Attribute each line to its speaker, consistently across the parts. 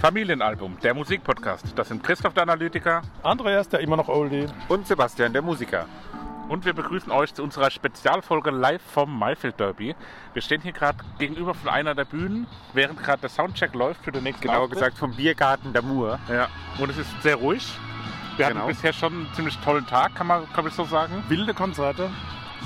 Speaker 1: Familienalbum, der Musikpodcast. Das sind Christoph der Analytiker
Speaker 2: Andreas, der immer noch Oldie.
Speaker 3: Und Sebastian, der Musiker.
Speaker 1: und wir begrüßen euch zu unserer Spezialfolge live vom Mayfield Derby. Wir stehen hier gerade gegenüber von einer der Bühnen, während gerade der Soundcheck läuft für den nächsten
Speaker 3: Genauer
Speaker 1: Auftritt.
Speaker 3: Genau gesagt vom Biergarten der Mur.
Speaker 1: Ja, und es ist sehr ruhig. Wir
Speaker 3: Genau.
Speaker 1: hatten bisher schon einen ziemlich tollen Tag, kann man glaube ich so sagen.
Speaker 2: Wilde Konzerte,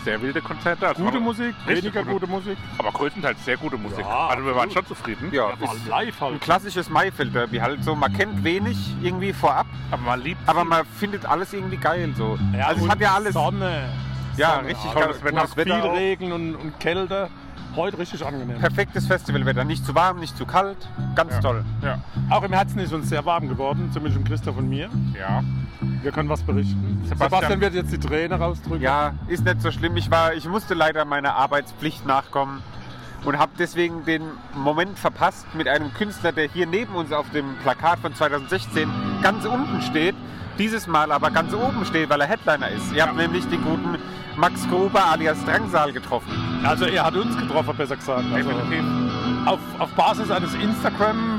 Speaker 1: Sehr wilde Konzerte. Also
Speaker 2: gute
Speaker 1: waren-
Speaker 2: Musik,
Speaker 1: Richtig
Speaker 2: weniger gute Musik.
Speaker 1: Aber größtenteils sehr gute Musik.
Speaker 2: Ja,
Speaker 1: also wir waren
Speaker 2: gut.
Speaker 1: schon zufrieden.
Speaker 3: Ja, ist
Speaker 2: live halt.
Speaker 3: ein klassisches Mayfield-Derby halt so. Man kennt wenig irgendwie vorab,
Speaker 1: Aber man liebt
Speaker 3: aber man findet alles irgendwie geil so.
Speaker 2: Ja,
Speaker 3: also es
Speaker 2: und
Speaker 3: hat ja alles.
Speaker 2: Sonne.
Speaker 3: Ja,
Speaker 2: Sonne,
Speaker 3: richtig
Speaker 2: also
Speaker 1: tolles
Speaker 3: geiles
Speaker 1: Wetter.
Speaker 3: gutes
Speaker 2: Viel
Speaker 3: Wetter. auch.
Speaker 2: Regen und, und Kälte. Heute richtig angenehm.
Speaker 3: Perfektes Festivalwetter. Nicht zu warm, nicht zu kalt. Ganz
Speaker 1: Ja.
Speaker 3: toll.
Speaker 1: Ja.
Speaker 2: Auch im Herzen ist uns sehr warm geworden, zumindest um Christoph und mir.
Speaker 1: ja.
Speaker 2: Wir können was berichten.
Speaker 1: Sebastian-
Speaker 2: Sebastian, wird jetzt die Träne rausdrücken.
Speaker 3: Ja, ist nicht so schlimm. Ich, war, ich musste leider meiner Arbeitspflicht nachkommen und habe deswegen den Moment verpasst mit einem Künstler, der hier neben uns auf dem Plakat von 2016 ganz unten steht, dieses Mal aber ganz oben steht, weil er Headliner ist. Ihr habt nämlich den guten Max Gruber alias Drangsal getroffen.
Speaker 2: Also er hat uns getroffen, besser gesagt. Also
Speaker 1: Definitiv.
Speaker 2: auf, auf Basis eines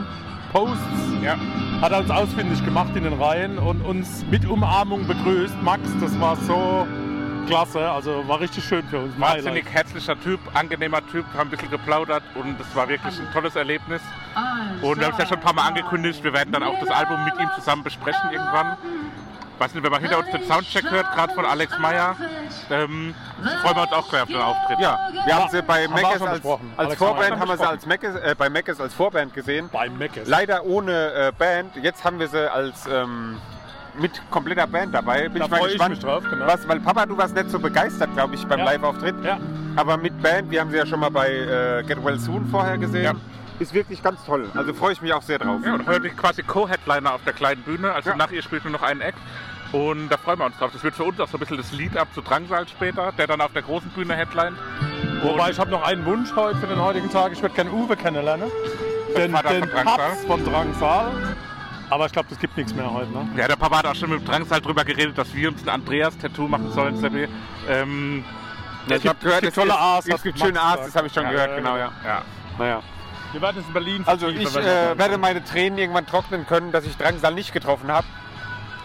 Speaker 2: Instagram-Posts
Speaker 1: Ja.
Speaker 2: hat er uns ausfindig gemacht in den Reihen und uns mit Umarmung begrüßt. Max, das war so klasse. Also war richtig schön für uns. Ein
Speaker 1: Wahnsinnig herzlicher Typ, angenehmer Typ, haben ein bisschen geplaudert und es war wirklich ein tolles Erlebnis. Und Oh, wir haben es ja schon ein paar Mal angekündigt, wir werden dann auch das Album mit ihm zusammen besprechen irgendwann. Weiß nicht, wenn man hinter uns den Soundcheck hört, gerade von Alex Meyer, ähm, freuen wir uns auch gleich auf den Auftritt.
Speaker 3: Ja, wir haben sie bei
Speaker 2: haben wir
Speaker 3: Meckes
Speaker 2: auch schon
Speaker 3: als,
Speaker 2: besprochen.
Speaker 3: als
Speaker 2: Alex
Speaker 3: Vorband
Speaker 2: Meyer.
Speaker 3: haben wir sie als Meckes, äh, bei Meckes als Vorband gesehen.
Speaker 2: Highlight. Bei Meckes.
Speaker 3: Leider ohne äh, Band. Jetzt haben wir sie als ähm, mit kompletter Band dabei. Bin
Speaker 2: Da
Speaker 3: ich mal
Speaker 2: freu ich
Speaker 3: gespannt,
Speaker 2: mich drauf, genau.
Speaker 3: was, weil Papa, du warst nicht so begeistert, glaube ich, beim
Speaker 2: Ja.
Speaker 3: Live-Auftritt.
Speaker 2: Ja.
Speaker 3: Aber mit Band, wir haben sie ja schon mal bei äh, Get Well Soon vorher gesehen.
Speaker 1: Ja.
Speaker 3: Ist wirklich ganz toll. Also freue ich mich auch sehr drauf.
Speaker 1: Ja, und heute quasi Co-Headliner auf der kleinen Bühne. Also
Speaker 3: Ja.
Speaker 1: nach ihr spielt nur noch ein Act. Und da freuen wir uns drauf. Das wird für uns auch so ein bisschen das Lied ab zu Drangsal später, der dann auf der großen Bühne headlint.
Speaker 2: Wobei ich habe noch einen Wunsch heute für den heutigen Tag. Ich würde gerne Uwe kennenlernen. Den,
Speaker 1: Vater
Speaker 2: den
Speaker 1: von Drangsal.
Speaker 2: Papst von Drangsal. Aber ich glaube, das gibt nichts mehr heute. Ne?
Speaker 1: Ja, der Papa hat auch schon mit dem Drangsal drüber geredet, dass wir uns ein Andreas-Tattoo machen sollen, Seppi. Ähm,
Speaker 3: Ja, ich habe gehört,
Speaker 2: gibt tolle A's,
Speaker 3: es
Speaker 2: hat
Speaker 3: gibt
Speaker 2: Max
Speaker 3: schöne A's,
Speaker 2: gesagt.
Speaker 3: das habe ich schon
Speaker 2: Ja,
Speaker 3: gehört,
Speaker 2: ja,
Speaker 3: genau, ja.
Speaker 1: ja.
Speaker 3: Naja.
Speaker 2: Wir werden es in Berlin.
Speaker 3: Also
Speaker 2: vertiefen,
Speaker 3: ich
Speaker 2: wenn wir
Speaker 3: äh,
Speaker 2: wollen.
Speaker 3: werde meine Tränen irgendwann trocknen können, dass ich Drangsal nicht getroffen habe.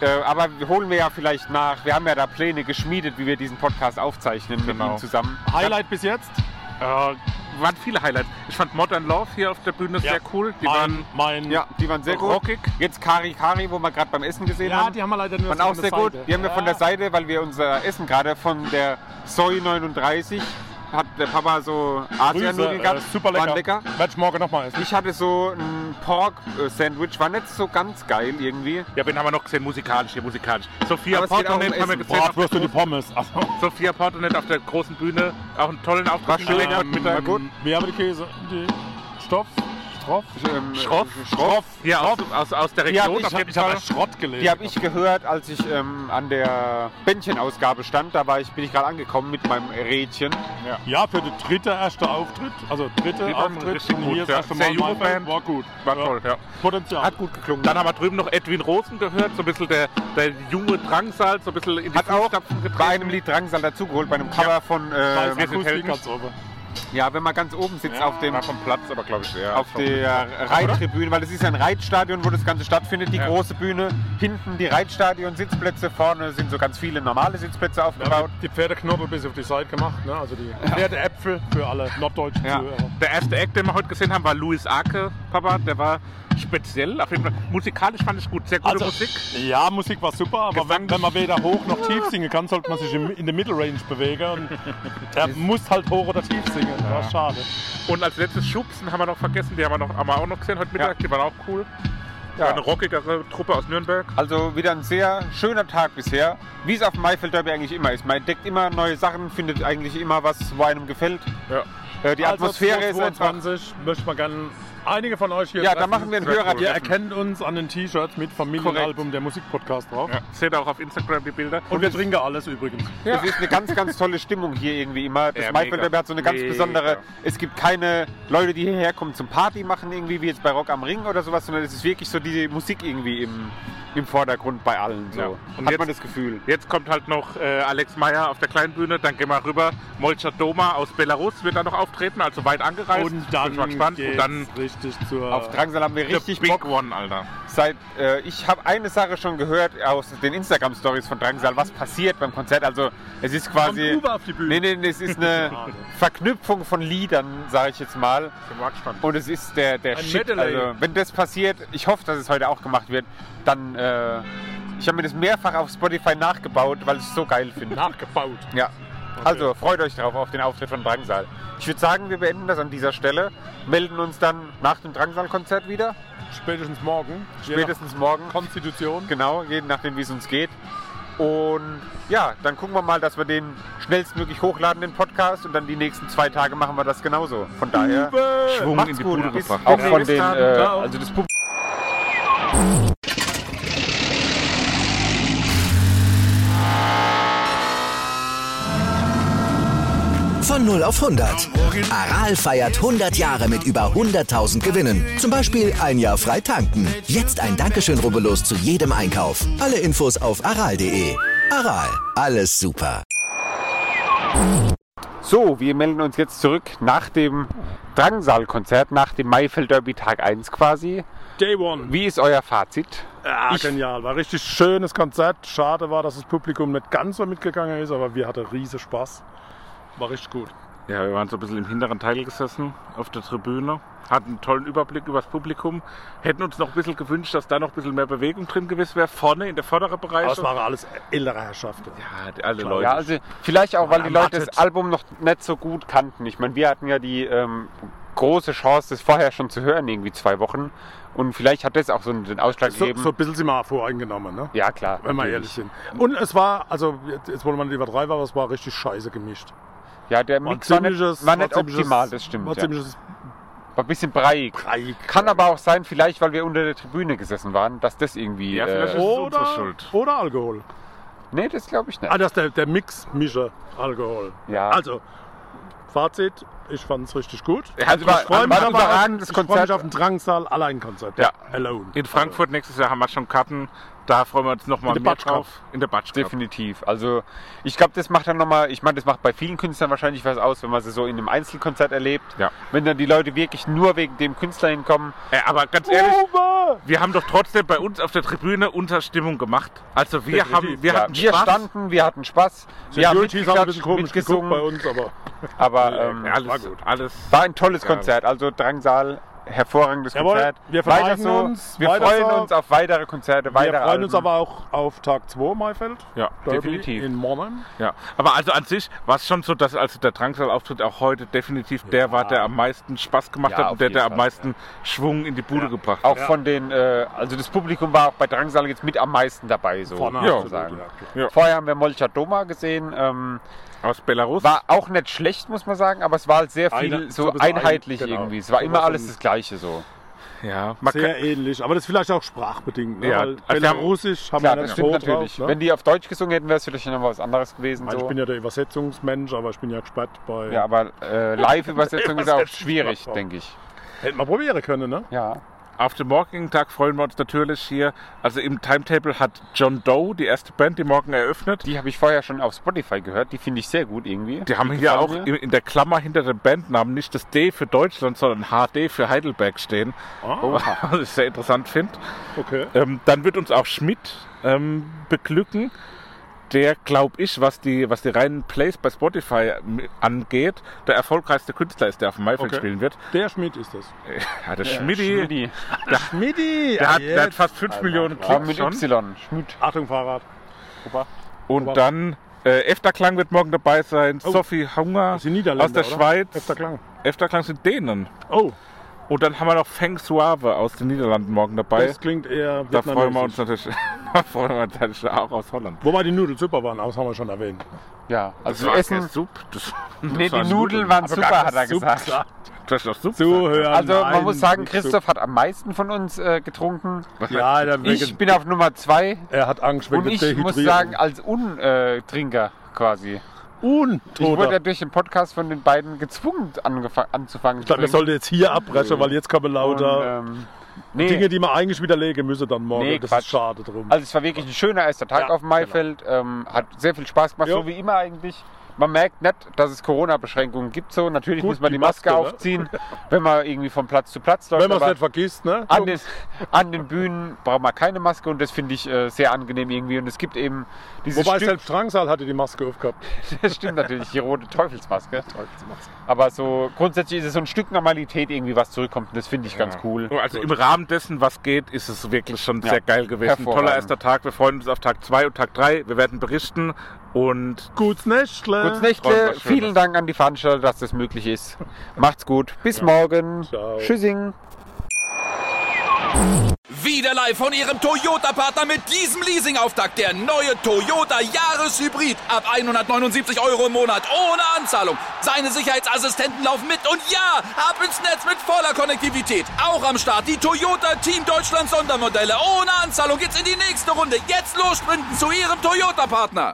Speaker 3: Äh, aber wir holen wir ja vielleicht nach. Wir haben ja da Pläne geschmiedet, wie wir diesen Podcast aufzeichnen mit
Speaker 1: Genau.
Speaker 3: ihm zusammen.
Speaker 2: Highlight bis jetzt?
Speaker 1: Äh, waren viele Highlights. Ich fand Modern Love hier auf der Bühne sehr cool. Die waren
Speaker 2: mein, mein,
Speaker 3: Ja, die waren sehr gut.
Speaker 1: Rockig.
Speaker 3: Jetzt Kari Kari, wo wir gerade beim Essen gesehen
Speaker 2: ja,
Speaker 3: haben.
Speaker 2: die haben wir leider nur
Speaker 3: waren
Speaker 2: so
Speaker 3: auch
Speaker 2: an der
Speaker 3: sehr
Speaker 2: Seite.
Speaker 3: gut. Die haben wir von der Seite, weil wir unser Essen gerade von der Soy 39 hat der Papa so Asiennudeln
Speaker 2: Grüße,
Speaker 3: gehabt.
Speaker 2: äh, super lecker.
Speaker 3: Waren lecker.
Speaker 2: Werde ich morgen nochmal essen.
Speaker 3: Ich hatte so ein Pork-Sandwich, war nicht so ganz geil irgendwie.
Speaker 1: Ja, wen haben wir noch gesehen? Musikalisch, hier musikalisch. Sophia
Speaker 3: Aber es geht auch um
Speaker 1: Portonet haben wir
Speaker 3: Essen.
Speaker 1: gesehen. auf der
Speaker 2: Bratwurst und die Pommes. Also,
Speaker 1: großen- Sophia Portonet auf der großen Bühne. Auch einen tollen Auftritt.
Speaker 3: War schön,
Speaker 1: hingelegt
Speaker 3: ja,
Speaker 1: mit
Speaker 3: war
Speaker 1: einem
Speaker 3: gut.
Speaker 2: wir mm, haben die Käse. Die Stoff. Stoff.
Speaker 3: Ähm,
Speaker 1: Schroff.
Speaker 3: Schroff.
Speaker 1: Hier aus, aus, aus der
Speaker 2: Die hab
Speaker 1: Region
Speaker 2: ich
Speaker 1: auf jeden
Speaker 2: ich habe
Speaker 1: Fall.
Speaker 2: als Schrott gelesen.
Speaker 3: Die habe ich gehört, als ich ähm, an der Bändchenausgabe stand. Da war ich, bin ich gerade angekommen mit meinem Rädchen.
Speaker 2: Ja, für den dritte erste Auftritt, also dritte
Speaker 1: Die waren
Speaker 2: Auftritt
Speaker 1: richtig
Speaker 2: und
Speaker 1: gut,
Speaker 2: hier das
Speaker 1: ja.
Speaker 2: erste
Speaker 1: Sehr
Speaker 2: Mal
Speaker 1: junge
Speaker 2: mein Band.
Speaker 1: Band.
Speaker 2: war gut.
Speaker 1: War
Speaker 2: Ja.
Speaker 1: toll, ja.
Speaker 2: Potenzial.
Speaker 3: Hat gut geklungen.
Speaker 1: Dann haben wir drüben noch Edwin Rosen gehört, so ein bisschen der, der junge Drangsal, so ein bisschen in die
Speaker 3: Hat auch
Speaker 1: Fußstapfen getreten.
Speaker 3: bei einem Lied Drangsal dazugeholt, bei einem Cover von.
Speaker 2: Scheiß
Speaker 1: wir
Speaker 3: Äh,
Speaker 1: sind
Speaker 2: Akustik
Speaker 1: Helden.
Speaker 2: ganz oben.
Speaker 3: ja, wenn man ganz oben sitzt auf dem
Speaker 1: War vom Platz, aber glaube ich, ja.
Speaker 3: auf
Speaker 1: schon.
Speaker 3: der Reittribüne, weil es ist ja ein Reitstadion, wo das Ganze stattfindet, die
Speaker 1: Ja.
Speaker 3: große Bühne. Hinten die Reitstadion-Sitzplätze, vorne sind so ganz viele normale Sitzplätze
Speaker 2: Wir
Speaker 3: aufgebaut.
Speaker 2: haben die Pferdeknobbel bis auf die Seite gemacht, ne? also die Pferdeäpfel für alle norddeutschen
Speaker 3: Ja.
Speaker 2: Zuhörer.
Speaker 1: Äh, Der erste Act, den wir heute gesehen haben, war Louis Arke. Papa, der war speziell. Auf jeden Fall musikalisch fand ich gut, sehr gute Musik.
Speaker 2: Ja, Musik war super, aber
Speaker 1: Gesang-
Speaker 2: wenn, wenn man weder hoch noch tief singen kann, sollte man sich im, in der Middle-Range bewegen. Und er muss halt hoch oder tief singen. Ja. War schade.
Speaker 1: Und als letztes Schubsen haben wir noch vergessen, die haben wir, noch, haben wir auch noch gesehen heute Mittag, die waren auch cool.
Speaker 3: Ja.
Speaker 1: War eine rockigere Truppe aus Nürnberg.
Speaker 3: Also wieder ein sehr schöner Tag bisher, wie es auf dem Maifeld Derby eigentlich immer ist. Man entdeckt immer neue Sachen, findet eigentlich immer was, wo einem gefällt.
Speaker 1: Ja.
Speaker 3: Äh,
Speaker 1: Also
Speaker 3: Die Atmosphäre ist einfach...
Speaker 2: 22 Also möchte man gerne einige von euch hier
Speaker 3: Ja, da
Speaker 2: treffen.
Speaker 3: machen wir einen
Speaker 1: Sehr
Speaker 3: Hörer.
Speaker 1: cool.
Speaker 2: Ihr erkennt uns an den T-Shirts mit Familienalbum der Musikpodcast drauf.
Speaker 1: Ja. Seht auch auf Instagram die Bilder.
Speaker 2: Und wir trinken alles übrigens.
Speaker 3: Es ist eine ganz, ganz tolle Stimmung hier irgendwie immer. Das
Speaker 1: Ja,
Speaker 3: Maifeld
Speaker 1: mega.
Speaker 3: Derby hat so eine ganz
Speaker 1: Mega.
Speaker 3: besondere. Es gibt keine Leute, die hierher kommen zum Party machen, irgendwie wie jetzt bei Rock am Ring oder sowas, sondern es ist wirklich so die Musik irgendwie im, im Vordergrund bei allen. So.
Speaker 1: Ja.
Speaker 3: Und
Speaker 1: Und
Speaker 3: hat
Speaker 1: jetzt-
Speaker 3: man das Gefühl.
Speaker 1: Jetzt kommt halt noch äh, Alex Meyer auf der kleinen Bühne, dann gehen wir rüber. Molcha Doma aus Belarus wird da noch auftreten, also weit angereist.
Speaker 2: Und
Speaker 1: Bin
Speaker 2: dann,
Speaker 1: ich mal gespannt.
Speaker 2: geht's
Speaker 1: Und dann
Speaker 2: richtig zur...
Speaker 3: Auf Drangsal haben wir richtig
Speaker 1: The Big
Speaker 3: Bock.
Speaker 1: One, Alter.
Speaker 3: Seit, äh, ich habe eine Sache schon gehört aus den Instagram-Stories von Drangsal, was passiert beim Konzert. Also es ist quasi...
Speaker 2: Kommt Uwe auf die Bühne.
Speaker 3: Nee, nee, nee, es ist eine
Speaker 2: Schade.
Speaker 3: Verknüpfung von Liedern, sage ich jetzt mal.
Speaker 1: Bin mal gespannt.
Speaker 3: Und es ist der, der
Speaker 2: Ein
Speaker 3: Shit.
Speaker 2: Medley.
Speaker 3: Also, wenn das passiert, ich hoffe, dass es heute auch gemacht wird, dann. Äh, ich habe mir das mehrfach auf Spotify nachgebaut, weil ich es so geil finde.
Speaker 2: nachgebaut.
Speaker 3: ja. Also, freut euch drauf auf den Auftritt von Drangsal. Ich würde sagen, wir beenden das an dieser Stelle, melden uns dann nach dem Drangsal-Konzert wieder,
Speaker 2: Spätestens morgen. Je
Speaker 1: Genau.
Speaker 2: nach
Speaker 3: spätestens morgen.
Speaker 2: Konstitution.
Speaker 3: Genau, je nachdem, wie es uns geht. Und ja, dann gucken wir mal, dass wir den schnellstmöglich hochladen, den Podcast. Und dann die nächsten zwei Tage machen wir das genauso. Von daher,
Speaker 1: Schwung
Speaker 3: Äh, macht's
Speaker 1: in die
Speaker 3: gut.
Speaker 1: Bude
Speaker 3: Bis
Speaker 1: gebracht.
Speaker 3: auch
Speaker 1: Ja.
Speaker 3: von
Speaker 1: Bis
Speaker 3: den, äh,
Speaker 1: dann. Ciao.
Speaker 3: also das Publikum.
Speaker 4: Von 0 auf 100. Aral feiert 100 Jahre mit über 100.000 Gewinnen. Zum Beispiel ein Jahr frei tanken. Jetzt ein Dankeschön, rubbellos zu jedem Einkauf. Alle Infos auf aral.de. Aral, alles super.
Speaker 3: So, wir melden uns jetzt zurück nach dem Drangsal-Konzert, nach dem Maifeld Derby Tag 1 quasi.
Speaker 2: Day One.
Speaker 3: Wie ist euer Fazit?
Speaker 2: Ah, genial. War richtig schönes Konzert. Schade war, dass das Publikum nicht ganz so mitgegangen ist, aber wir hatten riesen Spaß. War richtig gut.
Speaker 1: Ja, wir waren so ein bisschen im hinteren Teil gesessen, auf der Tribüne, hatten einen tollen Überblick über das Publikum, hätten uns noch ein bisschen gewünscht, dass da noch ein bisschen mehr Bewegung drin gewesen wäre, vorne in der vorderen Bereich.
Speaker 2: Aber es waren alles ältere Herrschaften.
Speaker 1: ja, die- alle Leute.
Speaker 3: Ja, also vielleicht auch, weil die Leute das
Speaker 1: erwartet.
Speaker 3: Album noch nicht so gut kannten. Ich meine, wir hatten ja die ähm, große Chance, das vorher schon zu hören, irgendwie zwei Wochen. Und vielleicht hat das auch so den Ausschlag
Speaker 2: So,
Speaker 3: gegeben.
Speaker 2: so ein bisschen sind wir voreingenommen, ne?
Speaker 3: ja, klar.
Speaker 2: Wenn wir ehrlich sind. Und es war, also jetzt, jetzt wollen wir nicht übertreiben, aber es war richtig scheiße gemischt.
Speaker 3: Ja, der Mix war nicht, war nicht optimal, das stimmt.
Speaker 2: War
Speaker 3: ja.
Speaker 2: ziemliches
Speaker 3: War ein bisschen breiig.
Speaker 2: Breik.
Speaker 3: Kann aber auch sein, vielleicht, weil wir unter der Tribüne gesessen waren, dass das irgendwie...
Speaker 1: Ja, vielleicht ist-
Speaker 3: äh,
Speaker 1: unsere
Speaker 2: oder,
Speaker 1: Schuld.
Speaker 2: oder Alkohol.
Speaker 3: nee, das glaube ich nicht.
Speaker 2: Ah, das ist der, der Mix, Mische, Alkohol.
Speaker 3: Ja.
Speaker 2: Also, Fazit, ich fand es richtig gut.
Speaker 3: Also war-
Speaker 2: ich freue mich,
Speaker 3: war ein
Speaker 2: aber auf ein-
Speaker 3: überragendes
Speaker 2: ich freu
Speaker 3: Konzert.
Speaker 2: mich auf ein Drangsal, Alleinkonzert.
Speaker 3: Ja.
Speaker 2: Alone.
Speaker 1: in Frankfurt nächstes Jahr haben wir schon Karten, da freuen wir uns nochmal
Speaker 2: In der
Speaker 1: mehr
Speaker 2: Batschkopf.
Speaker 1: drauf. In der Batschkopf.
Speaker 3: Definitiv. Also ich glaube, das macht dann nochmal, ich meine, das macht bei vielen Künstlern wahrscheinlich was aus, wenn man sie so in einem Einzelkonzert erlebt.
Speaker 1: Ja.
Speaker 3: Wenn dann die Leute wirklich nur wegen dem Künstler hinkommen.
Speaker 1: Äh, aber ganz ehrlich,
Speaker 2: Also,
Speaker 1: wir haben doch trotzdem bei uns auf der Tribüne unsere Stimmung gemacht. Also wir
Speaker 2: Definitiv,
Speaker 1: haben, wir
Speaker 3: ja,
Speaker 1: hatten
Speaker 3: wir
Speaker 1: Spaß.
Speaker 3: standen, wir hatten Spaß. Wir haben
Speaker 2: Securities haben ein bisschen komisch
Speaker 3: mitgeklatscht,
Speaker 2: geguckt bei
Speaker 3: mitgesungen,
Speaker 2: uns, aber
Speaker 3: aber ähm,
Speaker 1: Ja, alles,
Speaker 2: War gut.
Speaker 1: alles.
Speaker 3: war ein tolles Konzert. Also Drangsal, hervorragendes
Speaker 2: Jawohl,
Speaker 3: Konzert.
Speaker 2: wir
Speaker 3: weiter
Speaker 2: verweigern
Speaker 3: so.
Speaker 2: uns,
Speaker 3: wir
Speaker 2: weiter
Speaker 3: freuen
Speaker 2: so.
Speaker 3: uns auf weitere Konzerte,
Speaker 2: wir
Speaker 3: weitere
Speaker 2: freuen
Speaker 3: Alben.
Speaker 2: uns aber auch auf Tag 2 Maifeld.
Speaker 1: Ja,
Speaker 2: Derby
Speaker 1: definitiv.
Speaker 2: In Monheim.
Speaker 1: Ja, aber also an sich war es schon so, dass also der Drangsal-Auftritt auch heute definitiv der war, der am meisten Spaß gemacht
Speaker 3: Ja,
Speaker 1: hat
Speaker 3: auf
Speaker 1: und der, der
Speaker 3: jeden
Speaker 1: am
Speaker 3: Fall,
Speaker 1: meisten Schwung in die Bude gebracht
Speaker 3: auch
Speaker 1: hat.
Speaker 3: von den, äh, also das Publikum war auch bei Drangsal jetzt mit am meisten dabei, so
Speaker 2: Vorne
Speaker 3: muss man
Speaker 2: absolut,
Speaker 3: sagen.
Speaker 2: ja, klar.
Speaker 1: Ja.
Speaker 3: Vorher haben wir Molcha Doma gesehen. Ähm,
Speaker 1: Aus Belarus.
Speaker 3: War auch nicht schlecht, muss man sagen, aber es war halt sehr viel
Speaker 2: Eine- so
Speaker 3: so
Speaker 2: ein bisschen
Speaker 3: einheitlich
Speaker 2: ein- genau.
Speaker 3: irgendwie. Es war
Speaker 2: So
Speaker 3: immer
Speaker 2: was
Speaker 3: alles
Speaker 2: in-
Speaker 3: das Gleiche so.
Speaker 1: ja, man
Speaker 2: Sehr
Speaker 1: kann,
Speaker 2: ähnlich, aber das ist vielleicht auch sprachbedingt. Ne?
Speaker 1: Ja,
Speaker 2: Weil
Speaker 1: also wir haben-
Speaker 2: Belarusisch haben
Speaker 3: Klar,
Speaker 2: wir
Speaker 3: das
Speaker 2: nicht
Speaker 3: stimmt
Speaker 2: so
Speaker 3: natürlich.
Speaker 2: drauf.
Speaker 3: Wenn
Speaker 2: Ne? Also,
Speaker 3: die auf Deutsch gesungen hätten, wäre es vielleicht noch was anderes gewesen.
Speaker 2: Ich, ich
Speaker 3: So.
Speaker 2: bin ja der Übersetzungsmensch, aber ich bin ja gespannt bei...
Speaker 3: Ja, aber äh, Live-Übersetzung ist auch
Speaker 2: Übersetzung.
Speaker 3: schwierig, denke ich.
Speaker 2: Hätten wir probieren können, ne?
Speaker 3: Ja.
Speaker 1: auf den morgigen Tag freuen wir uns natürlich hier. Also im Timetable hat John Doe, die erste Band, die morgen eröffnet.
Speaker 3: Die habe ich vorher schon auf Spotify gehört. Die finde ich sehr gut irgendwie.
Speaker 1: Die haben hier auch
Speaker 3: Gefallen
Speaker 1: in,
Speaker 3: mir.
Speaker 1: in der Klammer hinter dem Bandnamen nicht das D für Deutschland, sondern HD für Heidelberg stehen. Was ich sehr interessant finde.
Speaker 2: Okay.
Speaker 1: Ähm, dann wird uns auch Schmidt ähm, beglücken. der, glaube ich, was die, was die reinen Plays bei Spotify angeht, der erfolgreichste Künstler ist, der auf dem Maifeld
Speaker 2: Okay.
Speaker 1: spielen wird.
Speaker 2: Der Schmied ist das.
Speaker 1: Ja, der Schmidti,
Speaker 3: Schmidi.
Speaker 2: Schmidi!
Speaker 1: der hat, der hat fast 5 Millionen
Speaker 3: Aber
Speaker 1: Klicks
Speaker 3: mit
Speaker 1: schon.
Speaker 3: Y. Schmied.
Speaker 2: Ah, Achtung, Fahrrad.
Speaker 1: Und dann äh, Efterklang wird morgen dabei sein. Sophie Hunger
Speaker 2: Das sind Niederländer,
Speaker 1: aus der
Speaker 2: oder?
Speaker 1: Schweiz.
Speaker 2: Öfter Klang.
Speaker 1: Efterklang sind Dänen.
Speaker 2: Oh,
Speaker 1: Und dann haben wir noch Feng Suave aus den Niederlanden morgen dabei.
Speaker 2: das klingt eher
Speaker 1: Da freuen wir uns
Speaker 2: vietnamesisch.
Speaker 1: natürlich, da freuen wir uns natürlich auch aus Holland.
Speaker 2: Wobei die Nudeln super waren, aber das haben wir schon erwähnt.
Speaker 3: Ja,
Speaker 1: Das
Speaker 3: also
Speaker 1: war keine
Speaker 3: Essen.
Speaker 1: Suppe. Das,
Speaker 3: Nee, die Nudeln waren super, hat er gesagt.
Speaker 1: Du hast doch Suppe.
Speaker 2: Zuhören.
Speaker 3: Also man
Speaker 2: nein,
Speaker 3: muss sagen,
Speaker 2: nicht
Speaker 3: Christoph hat am meisten von uns äh, getrunken.
Speaker 2: so. Ja, der
Speaker 3: Ich bin auf Nummer zwei
Speaker 2: er hat Angst wegen
Speaker 3: und
Speaker 2: der
Speaker 3: ich muss sagen, als Untrinker quasi. Ich wurde ja
Speaker 2: Untoter.
Speaker 3: durch den Podcast von den beiden gezwungen angefang- anzufangen
Speaker 2: Ich glaube, wir
Speaker 3: zu trinken.
Speaker 2: sollten jetzt hier abbrechen, weil jetzt kommen lauter
Speaker 3: Und, ähm, nee,
Speaker 2: Dinge, die man eigentlich widerlegen müsse dann morgen.
Speaker 3: Nee,
Speaker 2: das
Speaker 3: Quatsch.
Speaker 2: ist schade drum.
Speaker 3: also es war wirklich ein schöner erster Tag
Speaker 2: Ja, genau.
Speaker 3: auf Maifeld. Ähm, hat sehr viel Spaß gemacht,
Speaker 2: Ja.
Speaker 3: so wie immer eigentlich. Man merkt nicht, dass es Corona-Beschränkungen gibt. So natürlich
Speaker 2: Gut,
Speaker 3: muss man
Speaker 2: die
Speaker 3: die Maske,
Speaker 2: Maske, ne?
Speaker 3: aufziehen, wenn man irgendwie von Platz zu Platz läuft.
Speaker 2: Wenn man es
Speaker 3: aber-
Speaker 2: nicht vergisst, ne?
Speaker 3: an den, an den Bühnen braucht man keine Maske und das finde ich äh, sehr angenehm irgendwie. Und es gibt eben dieses
Speaker 2: Wobei
Speaker 3: Stück,
Speaker 2: selbst Drangsal hatte die Maske aufgehabt.
Speaker 3: das stimmt natürlich, die rote Teufelsmaske. Aber so grundsätzlich ist es so ein Stück Normalität irgendwie, was zurückkommt. Und das finde ich ganz cool.
Speaker 1: Also im Rahmen dessen, was geht, ist es wirklich schon sehr geil gewesen.
Speaker 3: hervorragend.
Speaker 1: Toller erster Tag. Wir freuen uns auf Tag 2 und Tag 3. Wir werden berichten. Und
Speaker 2: Gutes Nächtle.
Speaker 3: Kurz
Speaker 1: träumt
Speaker 3: Nächtle,
Speaker 1: was Schönes.
Speaker 3: vielen Dank an die Veranstalter, dass das möglich ist. Macht's gut, bis morgen.
Speaker 2: Ciao.
Speaker 3: Tschüssing.
Speaker 5: Wieder live von Ihrem Toyota-Partner mit diesem Leasing-Auftakt. Der neue Toyota Jahreshybrid. Ab 179 Euro im Monat. Ohne Anzahlung. Seine Sicherheitsassistenten laufen mit. Und ja, ab ins Netz mit voller Konnektivität. Auch am Start die Toyota Team Deutschland Sondermodelle. Ohne Anzahlung geht's in die nächste Runde. Jetzt los sprinten zu Ihrem Toyota-Partner.